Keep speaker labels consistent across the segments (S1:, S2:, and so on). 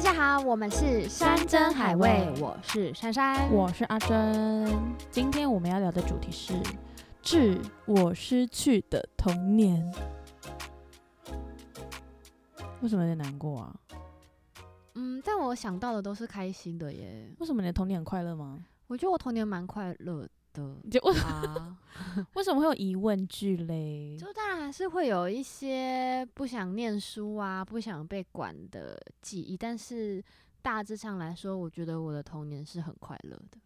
S1: 家好，我们是山珍海味，我是珊珊，
S2: 我是阿珍。今天我们要聊的主题是《致我失去的童年》。为什么有点难过啊？
S1: 嗯，但我想到的都是开心的耶。
S2: 为什么你的童年很快乐吗？
S1: 我觉得我童年蛮快乐的
S2: 就为
S1: 啊，
S2: 为什么会有疑问句嘞？
S1: 就当然还是会有一些不想念书啊、不想被管的记忆，但是大致上来说，我觉得我的童年是很快乐的。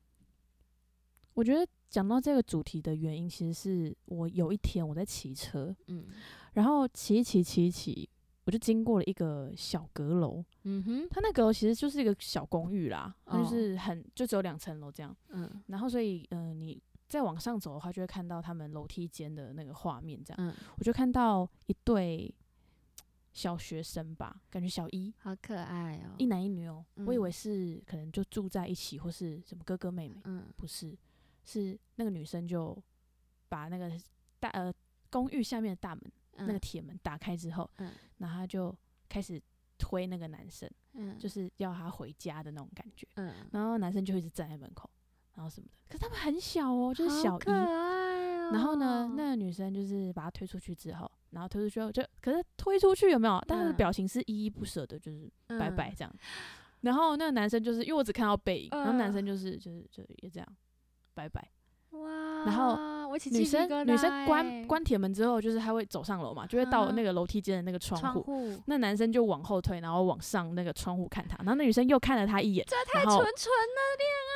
S2: 我觉得讲到这个主题的原因，其实是我有一天我在骑车，
S1: 嗯
S2: 然后骑一骑骑一骑，我就经过了一个小阁楼，
S1: 嗯哼，
S2: 它那阁楼其实就是一个小公寓啦，它
S1: 哦
S2: 就是很就只有两层楼这样。
S1: 嗯
S2: 然后所以，嗯、你再往上走的话，就会看到他们楼梯间的那个画面，这样，
S1: 嗯，
S2: 我就看到一对小学生吧，感觉小一。
S1: 好可爱哦、
S2: 一男一女哦、我以
S1: 嗯
S2: 为是可能就住在一起，或是什么哥哥妹妹，
S1: 嗯
S2: 不是，是那个女生就把那个大呃公寓下面的大门、那个
S1: 嗯
S2: 铁门打开之后，
S1: 嗯
S2: 然后她就开始推那个男生，
S1: 嗯，
S2: 就是是要他回家的那种感觉。
S1: 嗯，
S2: 然后男生就一直站在门口，然后什么的。可是他们很小哦，就是
S1: 好
S2: 小
S1: 可
S2: 一。
S1: 爱哦、
S2: 然后呢，那个女生就是把他推出去之后，然后推出去后就，可是推出去有没有？但他的
S1: 嗯
S2: 表情是依依不舍的，就是拜拜
S1: 嗯
S2: 这样。 然后那个男生就是因为我只看到背影，然后男
S1: 嗯
S2: 生就是就是就也这样拜拜。
S1: 哇，
S2: 然后
S1: 我起鸡
S2: 女
S1: 皮
S2: 生
S1: 疙
S2: 女
S1: 瘩
S2: 生
S1: 欸
S2: 关关铁门之后，就是她会走上楼嘛，就会到
S1: 嗯
S2: 那个楼梯间的那个窗
S1: 窗
S2: 户。
S1: 户，
S2: 那男生就往后推，然后往上那个窗户看她，然后那女生又看了他一眼，
S1: 这太
S2: 然
S1: 纯
S2: 后
S1: 纯了，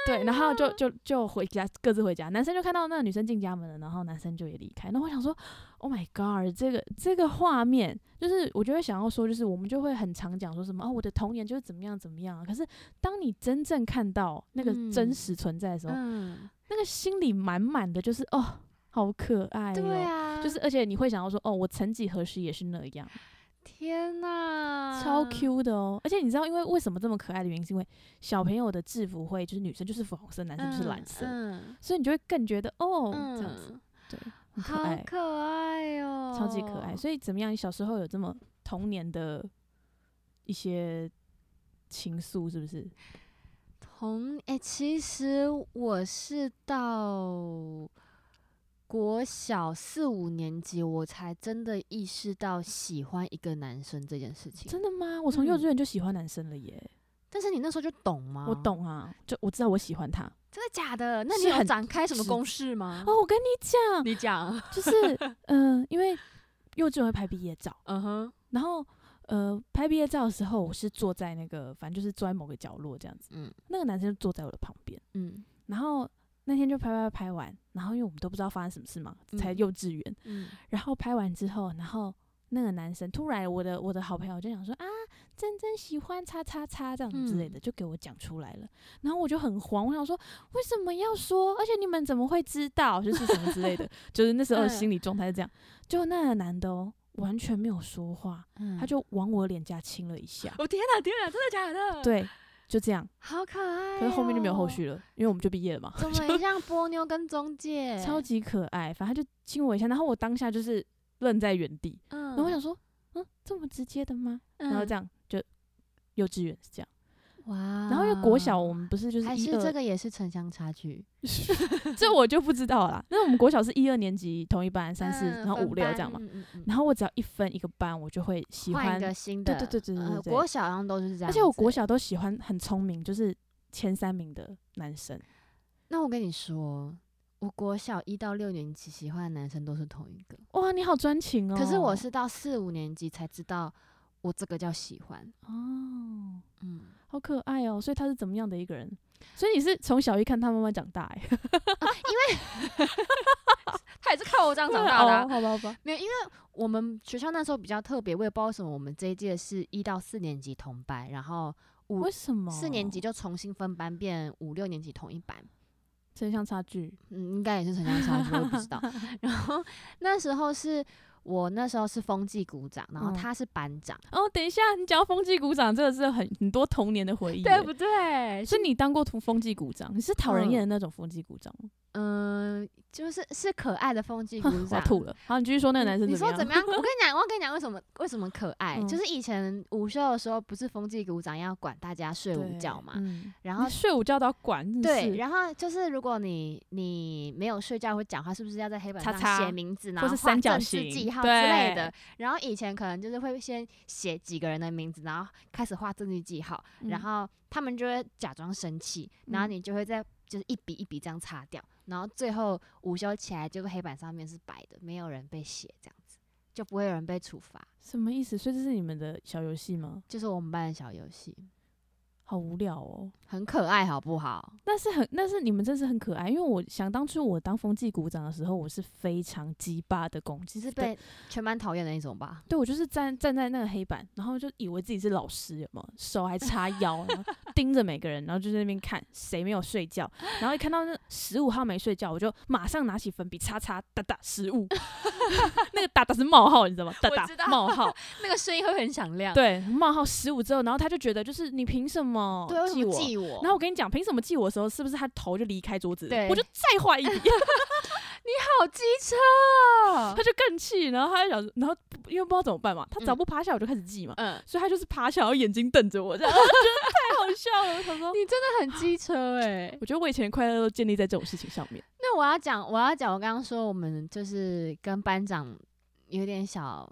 S2: 对，然后就就就回家，各自回家。男生就看到那个女生进家门了，然后男生就也离开。那我想说，Oh my God，这个这个画面，就是我就会想要说，就是我们就会很常讲说什么哦，我的童年就是怎么样怎么样啊。可是当你真正看到那个真
S1: 嗯
S2: 实存在的时候，
S1: 嗯，
S2: 那个心里满满的就是哦，好可爱、哦，
S1: 对啊，
S2: 就是而且你会想要说，哦，我曾几何时也是那样，
S1: 天哪，
S2: 超 Q 的哦。而且你知道，因为为什么这么可爱的原因，是因为小朋友的制服会就是女生就是粉红色，男生就是蓝
S1: 嗯
S2: 色。
S1: 嗯
S2: 所以你就会更觉得哦，
S1: 嗯，
S2: 这样子对，很可
S1: 好
S2: 爱，
S1: 可爱哦，
S2: 超级可爱。所以怎么样？你小时候有这么童年的一些情愫，是不是？
S1: 同哎、其实我是到国小四五年级，我才真的意识到喜欢一个男生这件事情。
S2: 真的吗？我从幼
S1: 嗯
S2: 稚园就喜欢男生了耶，
S1: 但是你那时候就懂吗？
S2: 我，懂啊，就我知道我喜欢他。
S1: 真的假的？那你
S2: 是
S1: 有
S2: 很
S1: 展开什么
S2: 直
S1: 公式吗？
S2: 哦，我跟你 讲，
S1: 你讲，
S2: 就是嗯、呃因为幼稚园会拍毕业照，
S1: 嗯哼，
S2: 然后。呃，拍毕业照的时候，我是坐在那个，反正就是坐在某个角落这样子。
S1: 嗯
S2: 那个男生就坐在我的旁边，
S1: 嗯
S2: 然后那天就拍拍拍完，然后因为我们都不知道发生什么事嘛，才
S1: 嗯
S2: 幼稚园，
S1: 嗯，
S2: 然后拍完之后，然后那个男生突然，我的我的好朋友就想说啊，真真喜欢叉叉叉这样子之
S1: 嗯
S2: 类的，就给我讲出来了。然后我就很慌，我想说为什么要说？而且你们怎么会知道？就是什么之类的，就是那时候的
S1: 嗯
S2: 心理状态是这样。就那个男的哦，完全没有说话，他
S1: 嗯
S2: 就哦往我脸颊亲了 一下，
S1: 我、天哪，天哪，真的假的？，
S2: 对，就这样。
S1: 好可爱、哦
S2: 可是后面就没有后。续了，因为我们就毕业了嘛。
S1: 怎么很像波妞跟中介？
S2: 超，级可爱，反正他就亲我一下，然后我当下就是愣在原地，
S1: 嗯，
S2: 然后我想说，嗯，这么直接的吗？然后这
S1: 样，
S2: 样就幼稚园是这样，
S1: 哇，哦
S2: 然后因为国小我们不是就是
S1: 啊还
S2: 一
S1: 是
S2: 二
S1: 这，个也是城乡差距，
S2: 这我就不知道啦。那我们国小是一二年级同一班， 三四然后五六这样嘛。
S1: 嗯嗯嗯
S2: 然后我只要一分一个班，我就会喜
S1: 换
S2: 欢
S1: 一，个新的，
S2: 对对对对对
S1: 呃
S2: 对对
S1: 国小好像都是这样。
S2: 而且我国，小都喜欢很聪明，就是前三名的男生。
S1: 那我跟你说，我国小一到六年级喜欢的男生都是同一个，
S2: 哇，你好专情哦！
S1: 可是我是到四五年级才知道我这个叫喜欢。
S2: 哦，
S1: 嗯，
S2: 好可爱哦。所以他是怎么样的一个人？所以你是从小一看他慢慢长大、欸，
S1: 他也是靠我这样 啊
S2: 哦好吧好吧。
S1: 没有，因为我们学校那时候比较特别，我也不知道为什么我们这一届是一到四年级同班，然后
S2: 为什么
S1: 四年级就重新分班变五六年级同一班。
S2: 城乡差距？
S1: 嗯，应该也是城乡差距，我也不知 道。然后那时候是我那时候是风纪股长，然后
S2: 嗯
S1: 他是班长，
S2: 哦，等一下，你讲到风纪鼓掌，真的是很很多童年的回忆耶。
S1: 对？
S2: 是你当过风风纪鼓掌，你是讨人厌的那种风纪鼓掌吗？
S1: 嗯、就是是可爱的 风纪鼓
S2: 哼 我要
S1: 掌。
S2: 吐了。好，你继续说那个男生
S1: 你
S2: 怎么
S1: 说
S2: 样？
S1: 怎么样？我跟你讲，我跟你讲，为什么为什么可爱？
S2: 嗯
S1: 就是以前午休的时候，不是风纪鼓掌要管大家睡午
S2: 对
S1: 觉嘛？
S2: 嗯
S1: 然
S2: 你
S1: 后
S2: 睡午觉都要管，真的
S1: 对，
S2: 是
S1: 然后嗯就是如果你你没有睡觉或讲话，是不是要在黑板
S2: 叉
S1: 上
S2: 叉
S1: 写名字，然
S2: 或
S1: 后
S2: 是
S1: 画
S2: 三角
S1: 正式
S2: 形
S1: 记号之类
S2: 对
S1: 的？然后以前可能就是会先写几个人的名字，然后开始画正式记号，然
S2: 嗯
S1: 后他们就会假装生气，然后
S2: 嗯
S1: 你就会在就是一笔一笔这样擦掉，然后最后午休起来，结果黑板上面是白的，没有人被写这样子，就不会有人被处罚。
S2: 什么意思？所以这是你们的小游戏吗？
S1: 就是我们班的小游戏，
S2: 好无聊哦。
S1: 很可爱，好不好？
S2: 但是很，但是你们真是很可爱，因为我想当初我当风纪鼓掌的时候，我是非常鸡巴的攻击，
S1: 只是
S2: 对
S1: 被全班讨厌的一种吧。
S2: 对我就是站站在那个黑板，然后就以为自己是老师，有没有？手还叉腰， 然后盯着每个人，然后就在那边看谁没有睡觉。然后一看到那十五号没睡觉，我就马上拿起粉笔叉叉哒哒十五， 那个哒哒是冒号，你知道吗？哒
S1: 我
S2: 哒
S1: 知道
S2: 冒号，
S1: 那个声音会很响亮。
S2: 对，冒号十五之后，然后他就觉得就是你凭什么
S1: 对，为什
S2: 记
S1: 么哦
S2: 我？
S1: 记我？
S2: 然后我跟你讲，凭什么记我的时候，是不是他头就离开桌子了？
S1: 对
S2: 我就再 画一笔，
S1: 好机车哦
S2: 他，就更气，然后他就想，然后因为不知道怎么办嘛，他只要不趴下，我就开始记嘛。
S1: 嗯，
S2: 所以他就是趴下，然后眼睛瞪着我，这样 我觉得太好笑了。我想说，
S1: 你真的很机车哎、
S2: 我觉得我以前的快乐都建立在这种事情上面。
S1: 那我要讲，我要讲，我刚刚说我们就是跟班长有点小，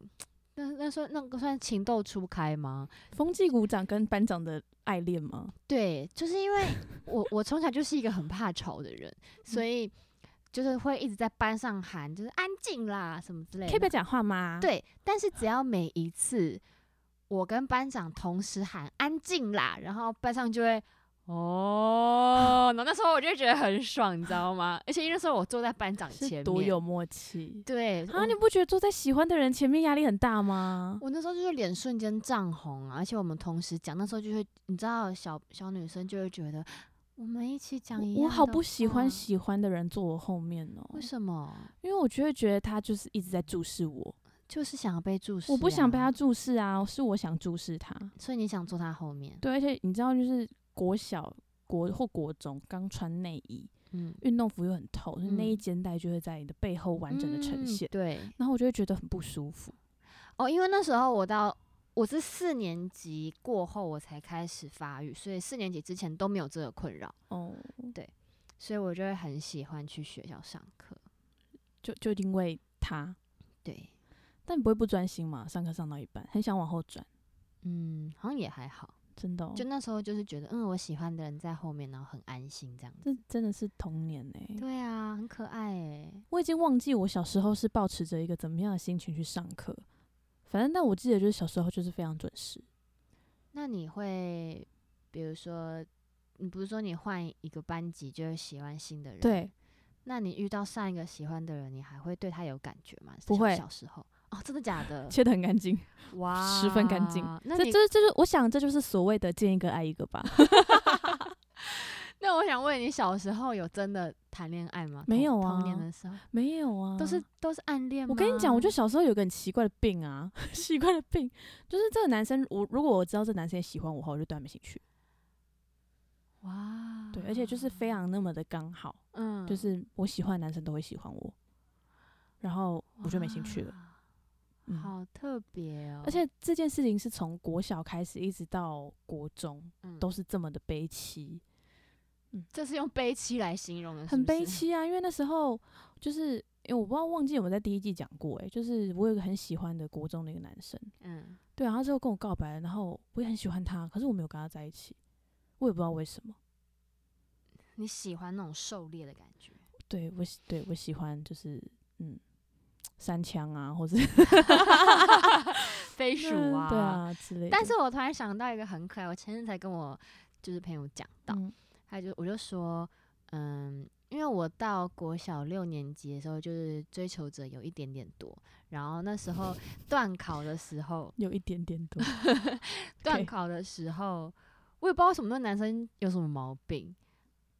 S1: 那那算那个算情窦初开吗？
S2: 风纪鼓掌跟班长的爱恋吗？
S1: 对，就是因 为我我从小就是一个很怕吵的人，所以就是会一直在班上喊，就是安静啦什么之类
S2: 可以不要
S1: 的。
S2: 讲话吗？，
S1: 对，但是只要每一次我跟班长同时喊安静啦，然后班上就会。 哦，那那时候我就觉得很爽，你知道吗？而且因为那时候我坐在班长前
S2: 是
S1: 面，
S2: 多有默契
S1: 对
S2: 啊！
S1: 我
S2: 你不觉得坐在喜欢的人前面压力很大吗？
S1: 我那时候就是脸瞬间涨红啊，而且我们同时讲，那时候就会，你知道小小女生就会觉得我们一起讲一样
S2: 我好
S1: 的
S2: 不喜欢
S1: 话
S2: 喜欢的人坐我后面哦、
S1: 为什么？
S2: 因为我就会觉得他就是一直在注视我，
S1: 就是想要被注视、
S2: 我不想被他，注视啊，是我想注视他。
S1: 所以你想坐他后面，
S2: 对，而且你知道，就是国小、国或国中刚穿内衣，
S1: 嗯，
S2: 运动服又很透，所以内衣
S1: 嗯
S2: 肩带就会在你的背后完整的呈
S1: 嗯
S2: 现，
S1: 对，
S2: 然后我就会觉得很不舒服。
S1: 哦，因为那时候我到我是四年级过后我才开始发育，所以四年级之前都没有这个困扰，
S2: 哦，
S1: 所以我就会很喜欢去学校上课。
S2: 就就因为他，
S1: 对，
S2: 但你不会不专心嘛？上课上到一半，很想往后转，
S1: 嗯，好像也还好。
S2: 真的、哦，
S1: 就那时候就是觉得，嗯，我喜欢的人在后面，然后很安心这样子。
S2: 这真的是童年哎、
S1: 对啊，很可爱哎、
S2: 我已经忘记我小时候是抱持着一个怎么样的心情去上课，反正但我记得就是小时候就是非常准时。
S1: 那你会，比如说，你不是说你换一个班级就会喜欢新的人？。
S2: 对，
S1: 那你遇到上一个喜欢的人，你还会对他有感觉吗？
S2: 不
S1: 小
S2: 会
S1: 小时候哦，真的假的？
S2: 切得很干净，
S1: 哇，
S2: 十分干净。
S1: 那
S2: 这
S1: 你
S2: 这这就是我想这就是所谓的见一个爱一个吧。
S1: 那我想问你，小时候有真的谈恋爱吗？童
S2: 没有
S1: 童年
S2: 啊
S1: 的时候
S2: 没有啊，
S1: 都是都是暗恋吗。
S2: 我跟你讲，我就小时候有个很奇怪的病啊， 奇怪的病就是这个男生，我如果我知道这男生也喜欢我的话，我就对他没兴趣。
S1: 哇，
S2: 对，而且就是非常那么的刚好，
S1: 哦嗯，
S2: 就是我喜欢的男生都会喜欢我，然后我就没兴趣了。
S1: 哇。
S2: 嗯，
S1: 好特别哦！
S2: 而且这件事情是从国小开始，一直到国中
S1: 嗯
S2: 都是这么的悲戚，
S1: 这是用悲戚来形容的，
S2: 很悲
S1: 戚。
S2: 戚啊。因为那时候就是，因为我不知道忘记有没有在第一季讲过、欸，就是我有一个很喜欢的国中的一个男生，
S1: 嗯，
S2: 对啊，他之后跟我告白了，然后我也很喜欢他，可是我没有跟他在一起，我也不知道为什么。
S1: 你喜欢那种狩猎的感 觉，
S2: 对我喜，对我喜欢就是嗯，三枪啊，或者
S1: 飞 鼠啊，
S2: 嗯对。啊之类的。
S1: 但是我突然想到一个很可爱，我前阵才跟我就是朋友讲到，
S2: 嗯
S1: 他就我就说，嗯，因为我到国小六年级的时候，就是追求者有一点点多，然后那时 候段考的时候，
S2: 有一点点 多，
S1: 段考的时候，我也不知道为什么那男生有什么毛病，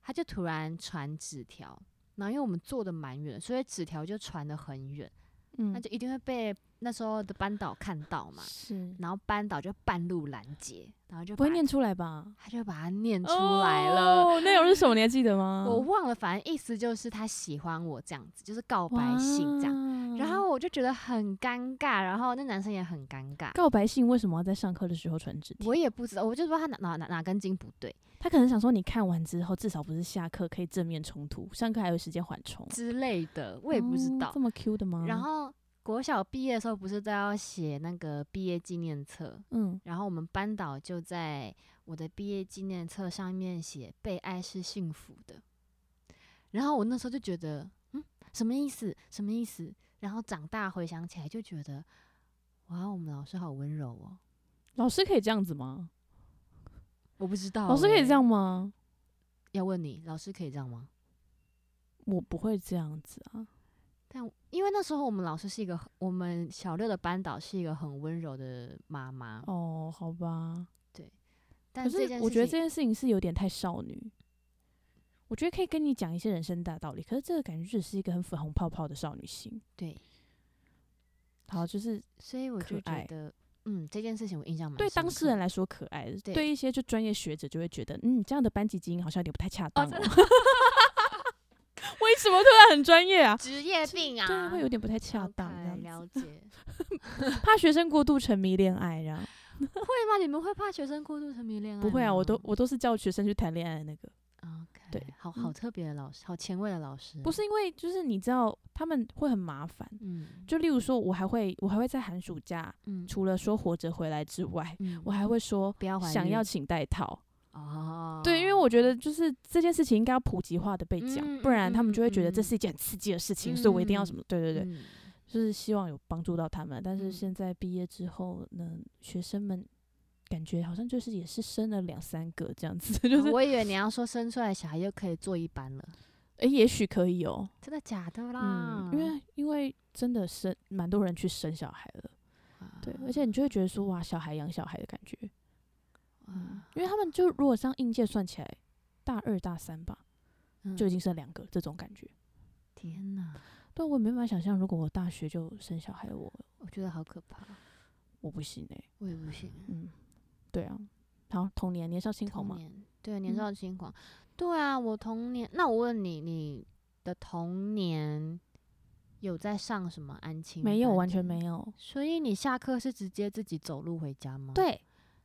S1: 他就突然传纸条，然后因为我们坐的蛮远，所以纸条就传的很远。那
S2: 嗯，
S1: 就一定会被那时候的班导看到嘛，
S2: 是
S1: 然后班导就半路拦截，然后就
S2: 不会
S1: 把
S2: 念哦出来吧？
S1: 他就把它念出来了。
S2: 哦，内容是什么？你还记得吗？
S1: 我忘了，反正意思就是他喜欢我这样子，就是告白信这样。
S2: 样
S1: 然后我就觉得很尴尬，然后那男生也很尴尬，
S2: 告白信为什么要在上课的时候传纸条？
S1: 我也不知道，我就不知道他哪哪哪哪根筋不对
S2: 他可能想说，你看完之后至少不是下课可以正面冲突，上课还有时间缓 冲。
S1: 之类的，我也不知
S2: 哦
S1: 道。
S2: 这么 Q 的吗？
S1: 然，后国小毕业的时候不是都要写那个毕业纪念册，
S2: 嗯，
S1: 然后我们班导就在我的毕业纪念册上面写“被爱是幸福的”，然后我那时候就觉得，嗯，什么意思？什么意思？然后长大回想起来就觉得，哇，哦我们老师好温柔哦。
S2: 老师可以这样子吗？
S1: 我不知道、
S2: 老师可以
S1: 欸
S2: 这样吗？
S1: 要问你，老师可以这样吗？
S2: 我不会这样子啊。
S1: 但我因为那时候我们老师是一个很，我们小六的班导是一个很温柔的妈妈，
S2: 哦，好吧。
S1: 但
S2: 可
S1: 这件
S2: 是
S1: 事
S2: 我觉得这
S1: 情
S2: 件事情是有点太少女。我觉得可以跟你讲一些人生大道理，可是这个感觉只是一个很粉红泡泡的少女心。
S1: 对，
S2: 好，就是
S1: 所以我
S2: 可
S1: 就觉
S2: 爱
S1: 得，嗯，这件事情我印象蛮
S2: 对
S1: 深
S2: 当
S1: 刻
S2: 事人来说可爱的，
S1: 对
S2: 对一些就专业学者就会觉得，嗯，这样的班级基因好像有点不太恰当、哦。
S1: 真
S2: 为什么突然很专业啊？
S1: 职业病啊，
S2: 对，会有点不太恰
S1: OK，
S2: 当，这样子
S1: 了解
S2: 怕学生过度沉迷恋爱，这样
S1: 会吗？你们会怕学生过度沉迷恋爱吗？
S2: 不会啊，我都我都是叫学生去谈恋爱的那个，
S1: OK，
S2: 对
S1: 好
S2: 嗯
S1: 好特别的老师，好前卫的老师，
S2: 不，是因为就是你知道他们会很麻烦，
S1: 嗯，
S2: 就例如说我还会我还会在寒暑假，
S1: 嗯，
S2: 除了说活着回来之外，
S1: 嗯
S2: 我还会说
S1: 不要怀
S2: 想要
S1: 孕
S2: 请带套，
S1: 哦，
S2: 对，因为我觉得就是这件事情应该要普及化的被讲，
S1: 嗯
S2: 不然他们就会觉得
S1: 嗯嗯
S2: 这是一件很刺激的事情，所以我一定要什么，对对对，
S1: 嗯
S2: 就是希望有帮助到他们。但
S1: 嗯
S2: 是现在毕业之后呢，学生们感觉好像就是也是生了两三个这样子， 就是
S1: 啊我以为你要说生出来的小孩又可以坐一班了，
S2: 诶、也许可以哦、
S1: 真的假的啦？
S2: 嗯，因为因为真的生蛮多人去生小孩了，对，而且你就会觉得说哇，小孩养小孩的感觉，嗯
S1: 哇，
S2: 因为他们就如果上应届算起来，大二大三吧，
S1: 嗯
S2: 就已经生两个这种感觉。
S1: 天哪，
S2: 对，我也没办法想象，如果我大学就生小孩，我
S1: 我觉得好可怕，
S2: 我不行哎、
S1: 我也不行。
S2: 嗯，对啊，好，童年年少轻狂
S1: 童
S2: 嘛，
S1: 年对年
S2: 嗯
S1: 少轻狂，对啊，我童年。那我问你，你的童年有在上什么安亲？
S2: 没有，完全没。有。
S1: 所以你下课是直接自己走路回家吗？。
S2: 对，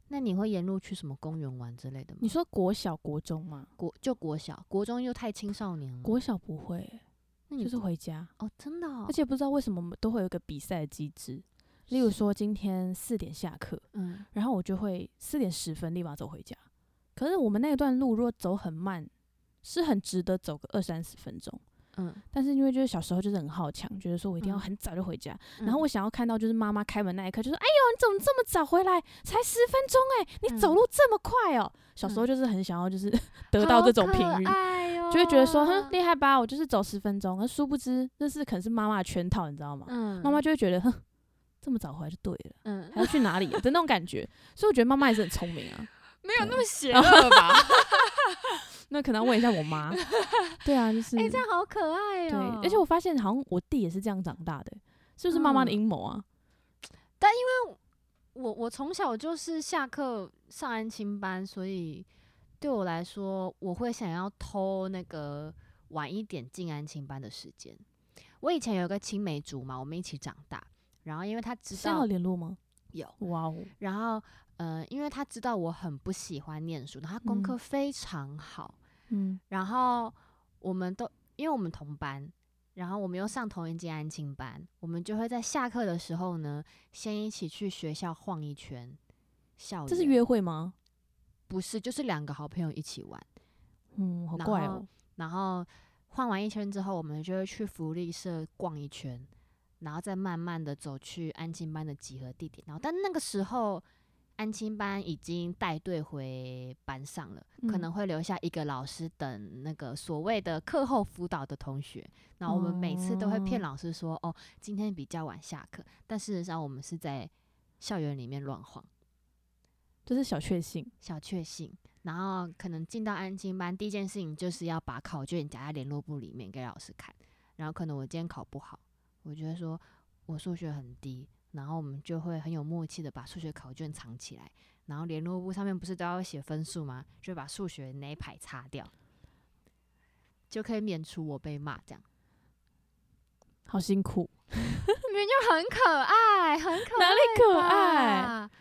S1: 那你会沿路去什么公园玩之类的吗？
S2: 你说国小、国中嘛，
S1: 国就国小，国中又太青少年了。
S2: 国小不会欸、
S1: 那你
S2: 就是回家，
S1: 哦，真的、哦
S2: 而，且不知道为什么我们都会有一个比赛的机制，例如说今天四点下课，
S1: 嗯，
S2: 然后我就会四点十分立马走回家。可是我们那一段路如果走很慢，是很值得走个二三十分钟。
S1: 嗯
S2: 但是因为就是小时候就是很好强，觉得说我一定要
S1: 嗯
S2: 很早就回家，
S1: 嗯，
S2: 然后我想要看到就是妈妈开门那一刻，就说：“哎呦，你怎么这么早回来？才十分钟哎、你走
S1: 嗯
S2: 路这么快哦、小时候就是很想要就是 得到这种评语，
S1: 就
S2: 就会觉得
S1: 哦
S2: 说：“哼，厉害吧，我就是走十分钟。”而殊不知那是可能是妈妈的圈套，你知道吗？
S1: 嗯，
S2: 妈妈就会觉得：“哼，这么早回来就对了，
S1: 嗯，
S2: 还要去哪里、啊？”的 那种感觉。所以我觉得妈妈也是很聪明啊。
S1: 没
S2: 有那
S1: 么邪恶吧？
S2: 那可能要问一下 我妈。对啊，就是、
S1: 哎、这 样好可爱
S2: 对
S1: 哦、，
S2: 而且我发现好像我弟也是这样长大的、是不是妈妈的
S1: 嗯
S2: 阴谋啊？
S1: 我我从小就是下课上安亲班，所以对我来说，我会想要偷那个晚一点进安亲班的时间。我以前有个青梅竹马，我们一起长大，然后因为他知
S2: 现在有
S1: 道
S2: 联络吗？
S1: 有，
S2: 哇哦，
S1: 然后呃，因为他知道我很不喜欢念书，然后他功
S2: 嗯
S1: 课非常好，
S2: 嗯。
S1: 然后我们都因为我们同班，然后我们又上同一间安亲班，我们就会在下课的时候呢，先一起去学校晃一圈。校园
S2: 这是约会吗？
S1: 不是，就是两个好朋友一起玩，
S2: 嗯，好
S1: 然
S2: 怪
S1: 后
S2: 哦。
S1: 然后晃完一圈之后，我们就会去福利社逛一圈，然后再慢慢的走去安亲班的集合地点。然后，但那个时候安亲班已经带队回班上了，可
S2: 嗯
S1: 能会留下一个老师等那个所谓的课后辅导的同学。然后我们每次都会骗
S2: 哦
S1: 老师说，哦，今天比较晚下课，但事实上我们是在校园里面乱晃。
S2: 这是小确幸。
S1: 小确幸。然后可能进到安静班，第一件事情就是要把考卷夹在联络簿里面给老师看。然后可能我今天考不好，我觉得说我数学很低，然后我们就会很有默契的把数学考卷藏起来，然后联络簿上面不是都要写分数吗？就把数学那一排擦掉，就可以免除我被骂这样。
S2: 好辛苦，
S1: 明明就很可爱，很可
S2: 哪
S1: 爱
S2: 里可爱？
S1: 吧，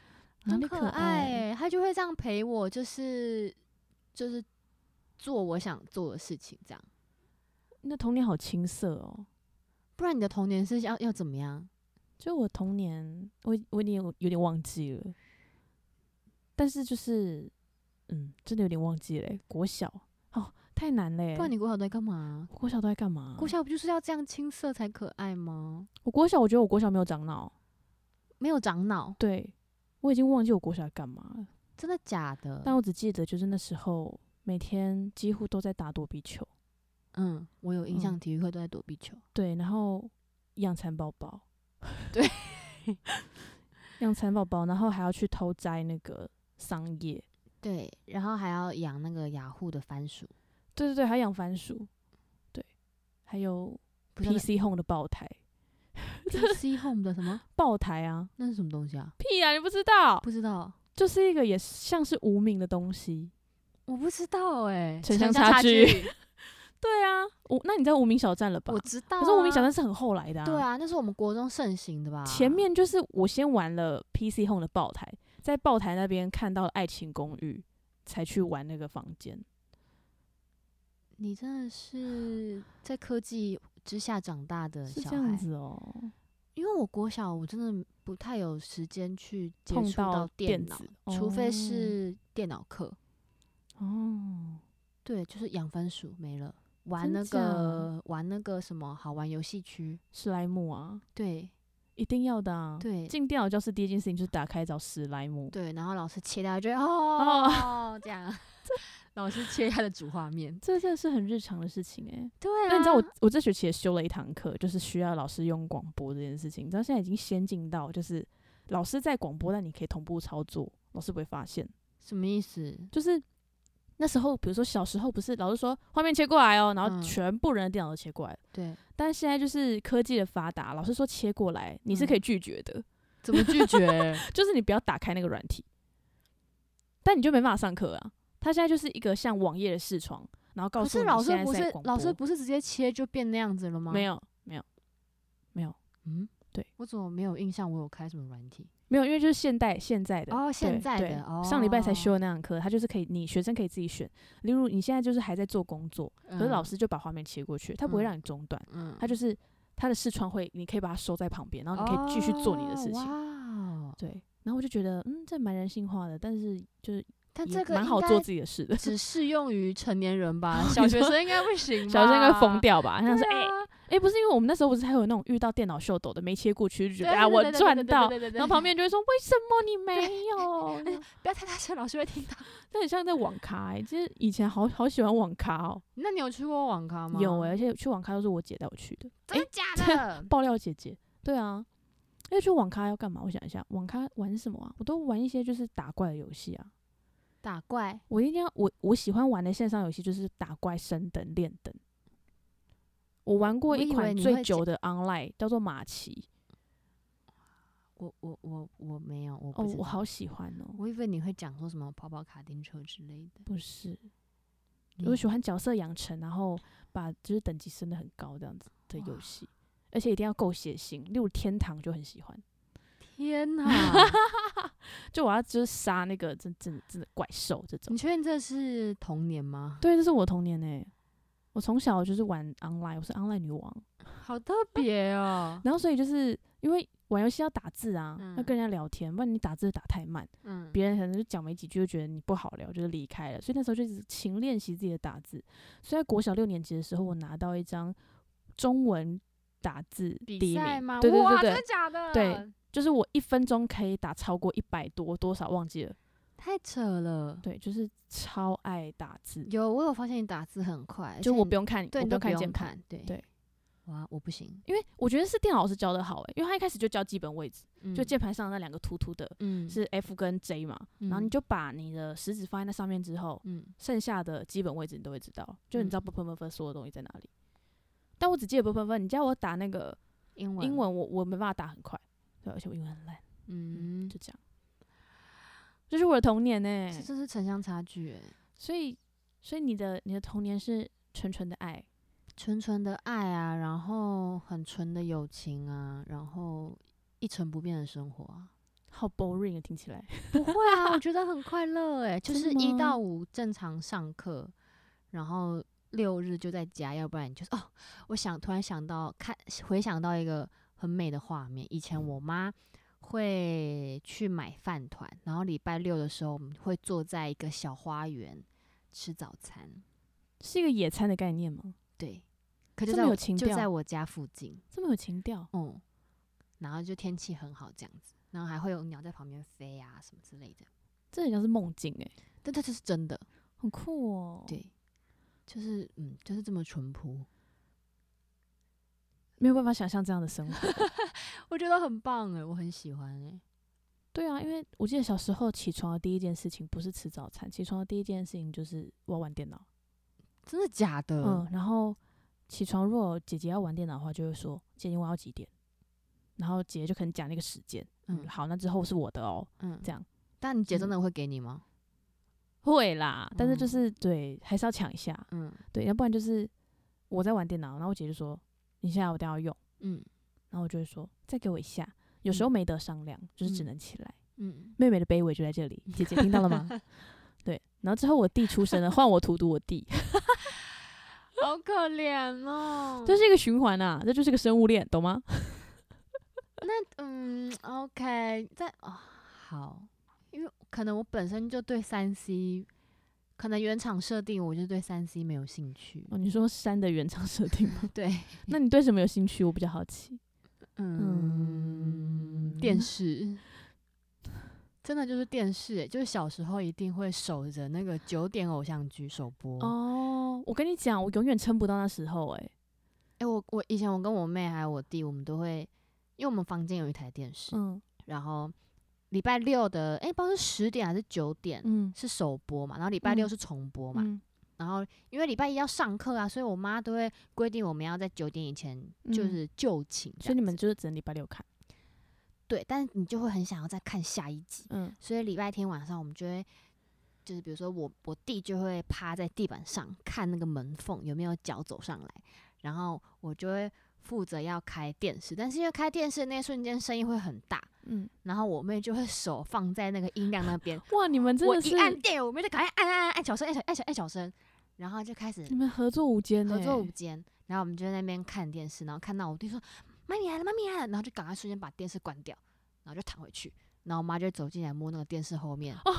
S2: 哪
S1: 很
S2: 里
S1: 可爱
S2: 爱？
S1: 欸他就会这样陪我，就是就是做我想做的事情这样。
S2: 那童年好青涩哦。
S1: 不然你的童年是要要怎么样？
S2: 就我童年，我我已经有有点忘记了，但是就是，嗯，真的有点忘记了欸、国小哦，太难了欸、
S1: 不然你国小都在干嘛？
S2: 国小都在干嘛？啊
S1: 国，小不就是要这样青涩才可爱吗？
S2: 我国小，我觉得我国小没有长脑。
S1: 没有长脑，
S2: 对，我已经忘记我国小在干嘛了，
S1: 真的假的？
S2: 但我只记得就是那时候每天几乎都在打躲避球，
S1: 嗯，我有印象，
S2: 嗯
S1: 体育课都在躲避球。
S2: 对，然后养蚕宝宝，
S1: 对，
S2: 养蚕宝宝，然后还要去偷摘那个桑叶，
S1: 对，然后还要养那个雅虎的番薯，
S2: 对对对，还有养番薯，对，还有
S1: 不是
S2: PC Home 的爆台，
S1: PC Home 的什么？
S2: 爆台啊，
S1: 那是什么东西啊？
S2: 屁啊，你不知道，
S1: 不知道，
S2: 就是一个也像是无名的东西。
S1: 我不知道哎、
S2: 城乡差
S1: 差
S2: 距，对啊，无那你知道无名小站了吧
S1: 我？知道、啊。
S2: 可是无名小站是很后来的、啊，
S1: 对，啊，那是我们国中盛行的吧？
S2: 前面就是我先玩了 PC Home 的爆台，在爆台那边看到了《爱情公寓》，才去玩那个房间。
S1: 你真的是在科技之下长大的
S2: 是
S1: 嗯小
S2: 这样
S1: 孩，
S2: 子哦，
S1: 因为我国小我真的不太有时间去接
S2: 碰
S1: 触到
S2: 电
S1: 脑
S2: 子，，
S1: 除非
S2: 哦
S1: 是电脑课。
S2: 哦，
S1: 对，就是养分鼠没了，玩
S2: 真
S1: 那
S2: 假
S1: 个玩那个什么好玩游戏区，
S2: 史莱姆啊，
S1: 对
S2: 一定要的啊。
S1: 对
S2: 进电脑教室第一件事情就是打开找史莱姆。
S1: 对，然后老师切掉就会 哦这样，老师切他的主画面，
S2: 这真的是很日常的事情哎、
S1: 对啊
S2: 那你知道我我这学期也修了一堂课，就是需要老师用广播这件事情。你知道现在已经先进到就是老师在广播，但你可以同步操作，老师不会发现。
S1: 什么意思？
S2: 就是那时候，比如说小时候不是老师说画面切过来哦，然后
S1: 嗯
S2: 全部人的电脑都切过来了。
S1: 对，
S2: 但现在就是科技的发达，老师说切过来，你是可以拒绝的，
S1: 怎么嗯拒绝？
S2: 就是你不要打开那个软体，但你就没办法上课啊。它现在就是一个像网页的视窗，然后告
S1: 可是
S2: 诉你
S1: 老
S2: 现
S1: 师
S2: 在
S1: 不
S2: 在
S1: 是
S2: 广
S1: 老师
S2: 播
S1: 不是直接切就变那样子了吗？
S2: 没，有没有没有
S1: 嗯，
S2: 对，
S1: 我怎么没有印象我有开什么软体？
S2: 没有，因为就是现代现在的
S1: 哦，
S2: 对
S1: 现在
S2: 对
S1: 的哦，
S2: 上礼拜才修的那堂课，它就是可以，你学生可以自己选。例如你现在就是还在做工作，
S1: 嗯，
S2: 可是老师就把画面切过去，他不会
S1: 嗯
S2: 让你中断，
S1: 嗯，
S2: 他就是他的视窗会，你可以把它收在旁边，然后你可以继续做你的事情。
S1: 哦哇哦，
S2: 对，然后我就觉得，嗯，这蛮人性化的，但是就是
S1: 但
S2: 也
S1: 这个
S2: 蛮
S1: 应
S2: 好
S1: 该
S2: 做自己的事的。哦
S1: 只适用于成年人 吧，小学生应该不行吧，
S2: 小生应该疯掉吧？
S1: 对
S2: 他
S1: 啊。
S2: 想说，哎哎、诶不是因为我们那时候不是还有那种遇到电脑秀抖的没切过去，就觉
S1: 对
S2: 得啊我
S1: 对对对对
S2: 赚
S1: 对对
S2: 到
S1: 对，对对
S2: 然后旁边就会说为什么你没有？
S1: 不要太大声，老师会听到。
S2: 那很像在网咖、欸，其实以前好好喜欢网咖哦、
S1: 那你有去过网咖吗？
S2: 有哎、而且去网咖都是我姐带我去的，
S1: 真的假的？
S2: 爆料姐姐，对啊。因为去网咖要干嘛？我想一下，网咖玩什么啊？我都玩一些就是打怪的游戏啊。
S1: 打怪
S2: 我一定要我我喜欢玩的线上游戏就是打怪、升等、练等。我玩过
S1: 我
S2: 一
S1: 以为
S2: 款
S1: 你
S2: 最
S1: 会
S2: 久的 online 叫做马奇，
S1: 我我我我没有，我
S2: 哦
S1: 不，知道
S2: 我好喜欢哦。
S1: 我以为你会讲说什么跑跑卡丁车之类的。
S2: 不是，
S1: 你
S2: 我喜欢角色养成，然后把就是等级升得很高这样子的游
S1: 哇
S2: 戏，而且一定要够血腥。例如天堂就很喜欢，
S1: 天哪！
S2: 就我要就是杀那个真真真的怪兽这种
S1: 你。确定这是童年吗？
S2: 对，这是我童年诶、我从小就是玩 online，我是 online 女王。
S1: 哦好特别 哦。
S2: 然后所以就是因为玩游戏要打字啊，要
S1: 嗯
S2: 跟人家聊天，不然你打字打太慢，
S1: 嗯，
S2: 别人可能就讲没几句就觉得你不好聊，就是离开了。所以那时候就一直勤练习自己的打字。所以在国小六年级的时候，我拿到一张中文打字第
S1: 比
S2: 一
S1: 赛
S2: 名
S1: 吗？，
S2: 对对
S1: 哇真
S2: 对对
S1: 的，假的？
S2: 对，就是我一分钟可以打超过一百多多少忘记了，
S1: 太扯了。
S2: 对，就是超爱打字，
S1: 有，我有发现你打字很嗯快，而
S2: 就
S1: 且
S2: 我
S1: 你
S2: 不用看，
S1: 对，
S2: 我
S1: 你
S2: 不
S1: 都
S2: 用
S1: 不
S2: 看键
S1: 用
S2: 盘。
S1: 看，对
S2: 对。
S1: 哇，我不行，
S2: 因为我觉得是电脑老师教的好、欸，因为他一开始就教基本位置，就
S1: 嗯
S2: 键盘上的那两个凸凸的，
S1: 嗯
S2: 是 F 跟 J 嘛，然后你
S1: 嗯
S2: 就把你的食指放在那上面之后，
S1: 嗯
S2: 剩下的基本位置你都会知道，就你知道
S1: 嗯
S2: b u p 分所有东西在哪里。但我只记得 b u p 分，你叫我打那个
S1: 英文
S2: 英文，我我没办法打很快，对，而且我英文很烂，
S1: 嗯，
S2: 就这样。这是我的童年呢、
S1: 这真是城乡差距哎、
S2: 所以，所以你的你的童年是纯纯的爱，
S1: 纯纯的爱啊，然后很纯的友情啊，然后一成不变的生活啊。
S2: 好 boring 啊，听起来。
S1: 不会啊，我觉得很快乐哎、就
S2: 真
S1: 是
S2: 的
S1: 一
S2: 吗
S1: 到五正常上课，然后六日就在家，要不然就是哦，我想突然想到看回想到一个很美的画面，以前我妈会去买饭团，然后礼拜六的时候我们会坐在一个小花园吃早餐，
S2: 是一个野餐的概念吗？
S1: 对，可就
S2: 这
S1: 在
S2: 么有
S1: 我
S2: 情
S1: 就在
S2: 调
S1: 我家附近，
S2: 这么有情调，
S1: 嗯，然后就天气很好这样子，然后还会有鸟在旁边飞啊什么之类的，
S2: 这很像是梦境哎、
S1: 但这就是真的。
S2: 很酷哦。，
S1: 对，就是嗯，就是这么淳朴，
S2: 没有办法想象这样的生活。
S1: 我觉得很棒哎，我很喜欢哎。
S2: 对啊，因为我记得小时候起床的第一件事情不是吃早餐，起床的第一件事情就是我要玩电脑。
S1: 真的假的？
S2: 嗯，然后起床如果姐姐要玩电脑的话，就会说姐你玩到几点？然后姐姐就可能讲那个时间。嗯，
S1: 嗯
S2: 好，那之后是我的哦。
S1: 嗯
S2: 这样。
S1: 但你姐
S2: 嗯
S1: 真的会给你吗？
S2: 会啦，但是就
S1: 嗯
S2: 是、对，还是要抢一下。
S1: 嗯
S2: 对，要不然就是我在玩电脑，然后我姐就说你现在我都要用，
S1: 嗯
S2: 然后我就会说再给我一下。有时候
S1: 嗯
S2: 没得商量，就是只
S1: 嗯
S2: 能起来。
S1: 嗯，
S2: 妹妹的卑微就在这里，姐姐听到了 吗？对，然后之后我弟出生了，换我荼毒我 弟，
S1: 好可怜 哦。
S2: 这是一个循环啊，这就是个生物链，懂吗？
S1: 嗯，OK，但哦好，因为可能我本身就对三 C，可能原厂设定我就对三 C 没有兴趣。
S2: 哦，你说山的原厂设定吗？
S1: 对，
S2: 那你对什么有兴趣？我比较好奇。
S1: 嗯，电视，真的就是电视欸，就是小时候一定会守着那个九点偶像剧首播。哎、
S2: 哦，我跟你讲，我永远撑不到那时候、欸，
S1: 哎我我以前我跟我妹还有我弟，我们都会，因为我们房间有一台电视，
S2: 嗯
S1: 然后礼拜六的哎、不知道是十点还是九点、
S2: 嗯
S1: 是首播嘛，然后礼拜六
S2: 嗯
S1: 是重播嘛，
S2: 嗯，
S1: 然后因为礼拜一要上课啊，所以我妈都会规定我们要在九点以前就
S2: 嗯
S1: 是就寝这样子、
S2: 所以你们就是只能礼拜六看，
S1: 对，但是你就会很想要再看下一集。
S2: 嗯
S1: 所以礼拜天晚上我们就会，就是比如说我我弟就会趴在地板上看那个门缝有没有脚走上来，然后我就会负责要开电视，但是因为开电视那瞬间声音会很大，
S2: 嗯，
S1: 然后我妹就会手放在那个音量那边，
S2: 哇，你 们真
S1: 我
S2: 的
S1: 一
S2: 是
S1: 按电，我妹就赶快按按按按小声，按小按小按小声，然后就开始
S2: 你们 合作无间、欸，
S1: 合作午间，然后我们就在那边看电视，然后看到我弟说妈咪来了，妈咪来了，然后就赶快瞬间把电视关掉，然后就躺回去，然后我妈就走进来摸那个电视后面，
S2: 哦，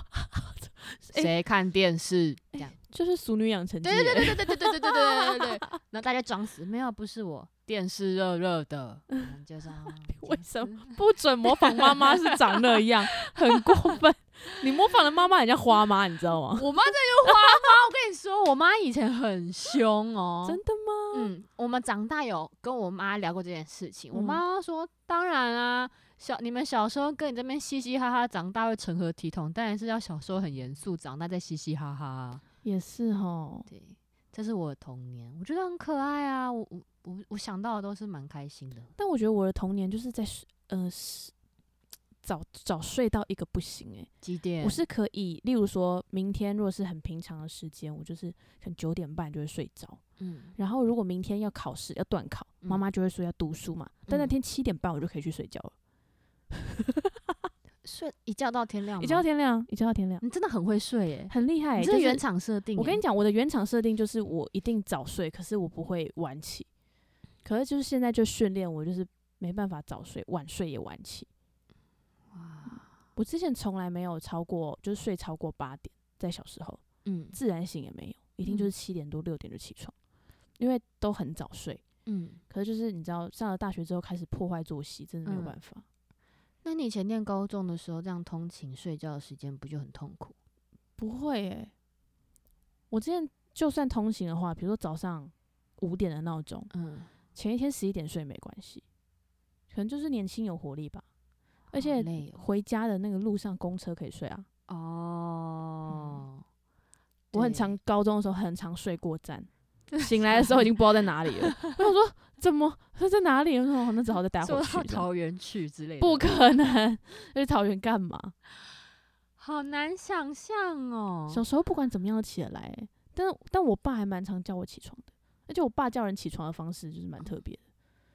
S2: 哎
S1: 谁看电视这样？
S2: 就是熟女养成记、
S1: 哎对对对
S2: 欸，。
S1: 对对对对对对对对对对。 然后大家装死，没有，不是我，电视热热 的，我们就这样
S2: 为什么？不准模仿妈妈是长那 样，很过分。你模仿的妈妈很像花妈，你知道吗？
S1: 我妈这就花花，我跟你说，我妈以前很凶 哦，
S2: 真的吗？
S1: 嗯，我们长大有跟我妈聊过这件事情，我
S2: 嗯
S1: 妈说，当然啊，小你们小时候跟你这边嘻嘻哈哈，长大会成何体统？当然是要小时候很严肃，长大再嘻嘻哈哈啊。
S2: 也是哦。
S1: 对，这是我的童年，我觉得很可爱啊，我我我我想到的都是蛮开心的。
S2: 但我觉得我的童年就是在睡，呃，是早早睡到一个不行欸诶、
S1: 几点？
S2: 我是可以，例如说明天如果是很平常的时间，我就是可能九点半就会睡着。
S1: 嗯
S2: 然后如果明天要考试要断考，妈
S1: 嗯
S2: 妈就会说要读书嘛。但那
S1: 嗯
S2: 天七点半我就可以去睡觉了，
S1: 睡一觉到天亮吗，
S2: 一觉到天亮，一觉到天亮，
S1: 你真的很会睡耶、
S2: 很厉害、欸。
S1: 你
S2: 就
S1: 这
S2: 是
S1: 是原厂设定耶、欸
S2: 我跟你讲，我的原厂设定就是我一定早睡，可是我不会晚起。可是就是现在就训练我，就是没办法早睡，晚睡也晚起。我之前从来没有超过，就是睡超过八点，在小时候
S1: 嗯
S2: 自然醒也没有，一定就是七点多六点就起床，因为都很早睡。
S1: 嗯，
S2: 可是就是你知道，上了大学之后开始破坏作息，真的没有
S1: 嗯
S2: 办法。
S1: 那你以前念高中的时候，这样通勤睡觉的时间不就很痛苦？
S2: 不会诶、我之前就算通勤的话，比如说早上五点的闹钟，
S1: 嗯，
S2: 前一天十一点睡没关系，可能就是年轻有活力吧。而
S1: 好
S2: 且
S1: 累哦
S2: 回家的那个路上公车可以睡啊，
S1: 哦，
S2: 我很
S1: 对
S2: 常高中的时候很常睡过站，醒来的时候已经不知道在哪里了。我想说，怎么 他在哪里？我说哦那只好再打
S1: 坐
S2: 回
S1: 到
S2: 去这样。
S1: 桃园去之类的，
S2: 不可能， 要去桃园干嘛？
S1: 好难想象哦。
S2: 小时候不管怎么样起得来、但但我爸还蛮常叫我起床的，而且我爸叫人起床的方式就是蛮特别的，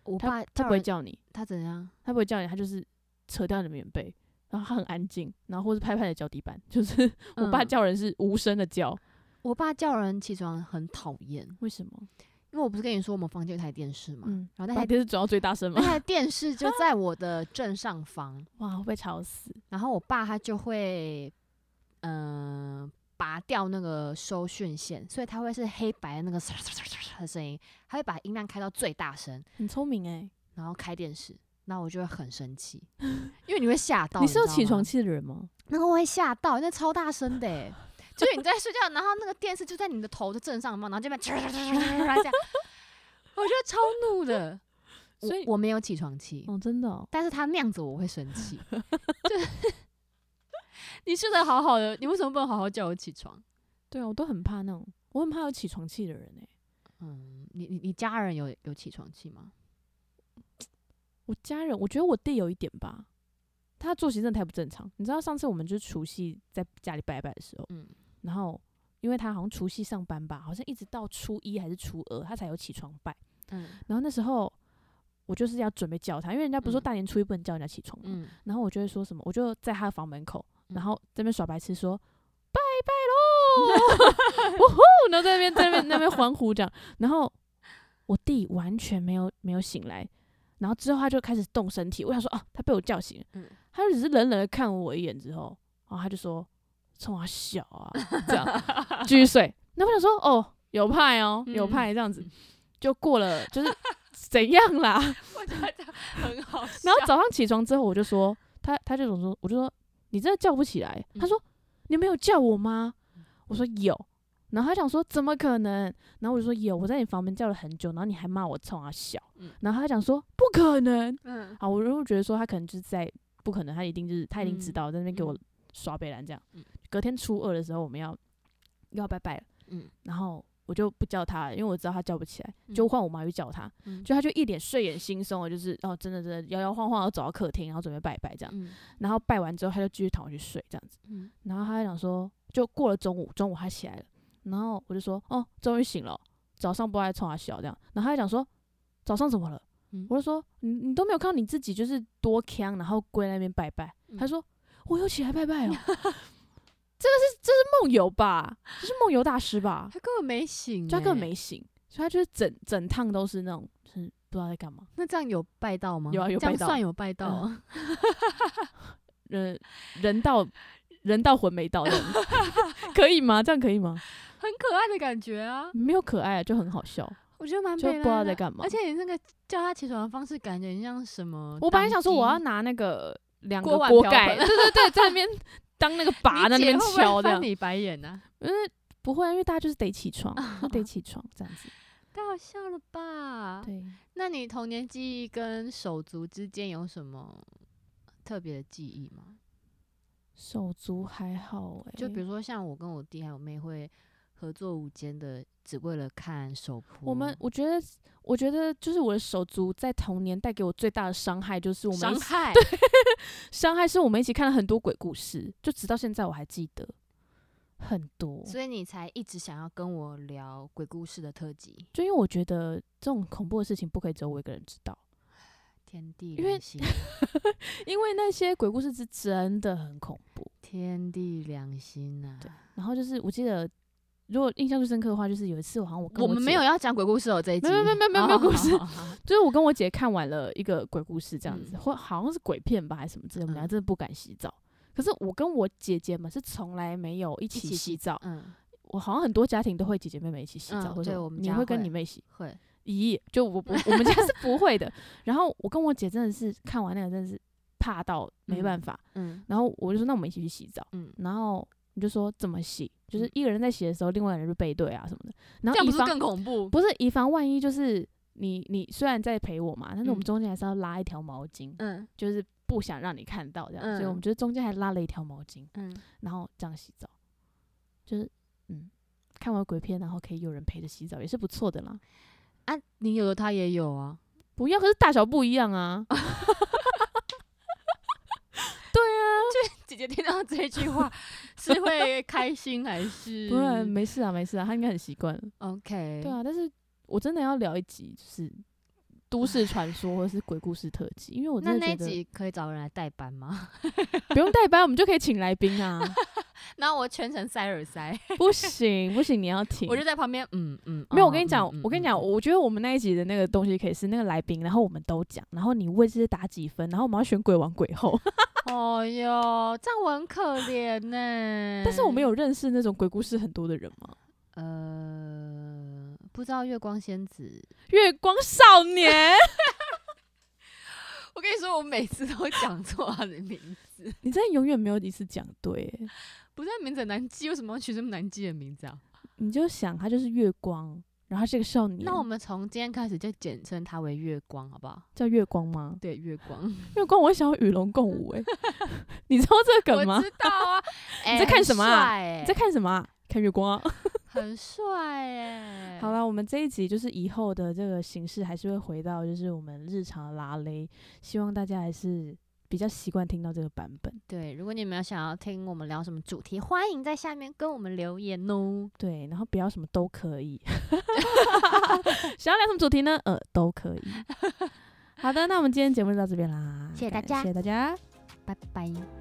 S1: 我爸
S2: 他
S1: 他
S2: 不会嗯叫你，
S1: 他怎样？
S2: 他不会叫你，他就是扯掉你的棉被，然后他很安静，然后或是拍拍你的脚底板，就是我爸
S1: 嗯
S2: 叫人是无声的叫，
S1: 我爸叫人起床很讨厌，
S2: 为什么？
S1: 因为我不是跟你说我们房间有台电视嘛，
S2: 嗯，
S1: 然后那
S2: 那
S1: 台
S2: 电视转到最大声吗
S1: 那？台电视就在我的正上方，
S2: 哇，会被吵死！
S1: 然后我爸他就会，嗯、拔掉那个收讯线，所以他会是黑白的那个 的声音，他会把音量开到最大声，
S2: 很聪明哎、
S1: 然后开电视，那我就会很生气，因为你会吓到。
S2: 你是有
S1: 知道
S2: 起床
S1: 吗
S2: 气的人吗？
S1: 然后我会吓到，那超大声的、欸，就是你在睡觉，然后那个电视就在你的头的正上方，然后这边 这样，我觉得超怒 的。我
S2: 所以
S1: 我没有起床气，
S2: 哦，真的、哦，
S1: 但是他那样子我会生气。 就是你睡得好好的，你为什么不能好好叫我起床？
S2: 对啊，我都很怕那种，我很怕有起床气的人哎、
S1: 嗯，你你你家人有有起床气吗？
S2: 我家人，我觉得我弟有一点吧，他作息真的太不正常。你知道上次我们就是除夕在家里拜拜的时候，
S1: 嗯，
S2: 然后因为他好像除夕上班吧，好像一直到初一还是初二他才有起床拜。
S1: 嗯
S2: 然后那时候我就是要准备叫他，因为人家不是说
S1: 嗯
S2: 大年初一不能叫人家起床嘛。
S1: 嗯，
S2: 然后我就会说什么，我就在他的房门口，然
S1: 嗯
S2: 后这边耍白痴说拜拜喽， 呜呼，然后在那边在那边那边欢呼这样，然后我弟完全没有没有醒来，然后之后他就开始动身体，我想说啊，他被我叫醒了，
S1: 嗯
S2: 他就只是冷冷的看了我一眼之后，然后他就说冲我小啊，这样继续睡，那我想说哦有派哦有
S1: 嗯
S2: 派这样子，就过了就是怎样啦，
S1: 我觉得很 好笑
S2: 然后早上起床之后，我就说他，他就总说，我就说你真的叫不起来。他
S1: 嗯
S2: 说你没有叫我吗？我说有。然后他想说怎么可能？然后我就说有，我在你房门叫了很久，然后你还骂我冲啊小。
S1: 嗯
S2: 然后他讲说不可能
S1: 嗯
S2: 啊！我就觉得说他可能就是在不可能，他一定就是他一定知
S1: 嗯
S2: 道，在那边给我
S1: 嗯
S2: 刷北兰这样。
S1: 嗯
S2: 隔天初二的时候，我们要又要拜拜了，
S1: 嗯
S2: 然后我就不叫他了，因为我知道他叫不起来，
S1: 嗯
S2: 就换我妈去叫他。
S1: 嗯
S2: 就他就一脸睡眼惺忪的，就是哦，真的真的摇摇晃晃要走到客厅，然后准备拜拜这样，
S1: 嗯
S2: 然后拜完之后他就继续躺回去睡这样子，
S1: 嗯
S2: 然后他就想说，就过了中午，中午他起来了，然后我就说哦，终于醒了，早上不爱冲他笑这样，然后他就讲说早上怎么了？
S1: 嗯
S2: 我就说你你都没有看到你自己就是多呛，然后跪在那边拜拜，
S1: 嗯
S2: 他说我有起来 拜拜哦，这个是这是梦游吧？这是梦游大师吧？
S1: 他根本没醒、
S2: 就他根本
S1: 欸
S2: 没醒，所以他就是整整趟都是那种就是不知道在干嘛。
S1: 那这样有拜到吗？
S2: 有啊有
S1: 这样
S2: 拜到
S1: 算有拜到、
S2: 嗯
S1: 啊。
S2: 人人到人到魂没到这样子， 可以吗？这样可以吗？
S1: 很可爱的感觉啊，
S2: 没有可爱，就很好笑。
S1: 我觉得蛮
S2: 就
S1: 北
S2: 不知道
S1: 兰
S2: 在
S1: 的
S2: 干嘛
S1: 而且你那个叫他起床的方式，感觉很像什么当机？
S2: 我本来想说我要拿那个两个
S1: 锅碗
S2: 锅
S1: 瓢
S2: 盖，
S1: 盆
S2: 对对对，在那边 当那个
S1: 你
S2: 把在那
S1: 姐
S2: 边
S1: 会不会
S2: 敲这
S1: 翻
S2: 样，
S1: 你白眼 呐、
S2: 因为不会啊，因为大家就是得起 床，就得起床这 样子。
S1: 太好笑了吧？
S2: 对，
S1: 那你童年记忆跟手足之间有什么特别的记忆吗？
S2: 手足还好哎、
S1: 就比如说像我跟我弟还有妹会合作午间的，只为了看首播。
S2: 我们，我觉得，我觉得就是我的手足在童年带给我最大的伤害，就是我们
S1: 伤
S2: 一起
S1: 害，
S2: 伤害是我们一起看了很多鬼故事，就直到现在我还记得很多。
S1: 所以你才一直想要跟我聊鬼故事的特辑。
S2: 就因为我觉得这种恐怖的事情不可以只有我一个人知道，
S1: 天地
S2: 因为
S1: 良心，
S2: 因为那些鬼故事是真的很恐怖。
S1: 天地良心啊呐、
S2: 对然后就是我记得，如果印象最深刻的话，就是有一次我好像我跟
S1: 我
S2: 我
S1: 们
S2: 姐
S1: 没有，要讲鬼故事哦，这一集哦
S2: 没有没有没有没有 没有故事
S1: 好 好好好
S2: 就是我跟我姐看完了一个鬼故事这样子，
S1: 嗯
S2: 或好像是鬼片吧还是什么之类，我们俩
S1: 嗯
S2: 真的不敢洗澡。可是我跟我姐姐们是从来没有一起
S1: 起
S2: 洗
S1: 洗
S2: 澡，
S1: 嗯，
S2: 我好像很多家庭都会姐姐妹妹一起洗
S1: 嗯
S2: 澡，或者
S1: 对
S2: 什么
S1: 我们
S2: 你
S1: 家
S2: 会跟
S1: 会
S2: 你妹洗，
S1: 会
S2: 咦，就我我我们家是不会的。然后我跟我姐真的是看完那个真的是怕到没办法，
S1: 嗯
S2: 然后我就说那我们一起去洗澡，
S1: 嗯，
S2: 然后你就说怎么洗，就是一个人在洗的时候，另外一个人就背对啊什么的，然
S1: 这样
S2: 后以
S1: 不是
S2: 防
S1: 更恐怖？
S2: 不是以防万一就是。你你虽然在陪我嘛，但是我们
S1: 嗯
S2: 中间还是要拉一条毛巾，
S1: 嗯
S2: 就是不想让你看到这样，所以我
S1: 嗯
S2: 们嗯就是中间还拉了一条毛巾，
S1: 嗯，
S2: 然后这样洗澡，就是嗯，看完鬼片，然后可以有人陪着洗澡，也是不错的啦。
S1: 啊，你有的他也有啊，
S2: 不要，可是大小不一样啊。
S1: 姐姐听到这句话 是会开心还是？
S2: 不然没事啊，没事啊，他应该很习惯了。
S1: OK，
S2: 对啊，但是我真的要聊一集，就是都市传说或者是鬼故事特辑，因为我
S1: 那
S2: 真的
S1: 那一
S2: 觉得
S1: 集可以找人来代班 吗？
S2: 不用代班，我们就可以请来 宾啊。
S1: 那我全程塞耳塞，
S2: 不行不行，你要听。
S1: 我就在旁边，嗯嗯。
S2: 没有，我
S1: 哦
S2: 跟你讲
S1: 嗯嗯，
S2: 我跟
S1: 嗯
S2: 你讲，
S1: 嗯
S2: 我觉得我们那一集的那个东西可以是那个来宾，然后我们都讲，然后你为这些打几分，然后我们要选鬼王鬼后。
S1: 哦哟，这样我很可怜呢、
S2: 但是我们有认识那种鬼故事很多的人吗？
S1: 呃，不知道月光仙子。
S2: 月光少年，
S1: 我跟你说，我每次都讲错他的名字，
S2: 你真的永远没有一次讲对欸，
S1: 不是他名字很难记，为什么要取这么难记的名字啊？
S2: 你就想他就是月光，然后他是个少年，
S1: 那我们从今天开始就简称他为月光，好不好？
S2: 叫月光吗？
S1: 对，月 光。
S2: 月光，我想要与龙共舞 哎、你知道这个梗吗
S1: 我？知道 啊。哎
S2: 你在看什么啊
S1: 很帅
S2: 你在
S1: 欸
S2: 看什么啊、看月光、啊。
S1: 很帅哎、
S2: 好，了，我们这一集就是以后的这个形式还是会回到就是我们日常的拉勒，希望大家还是比较习惯听到这个版本。
S1: 对，如果你们有想要听我们聊什么主题，欢迎在下面跟我们留言哦。
S2: 对，然后不要什么都 可以，想要聊什么主题呢？呃，都可以。好的，那我们今天节目就到这边啦，
S1: 谢谢大
S2: 感
S1: 家
S2: 谢谢大家。
S1: 拜拜。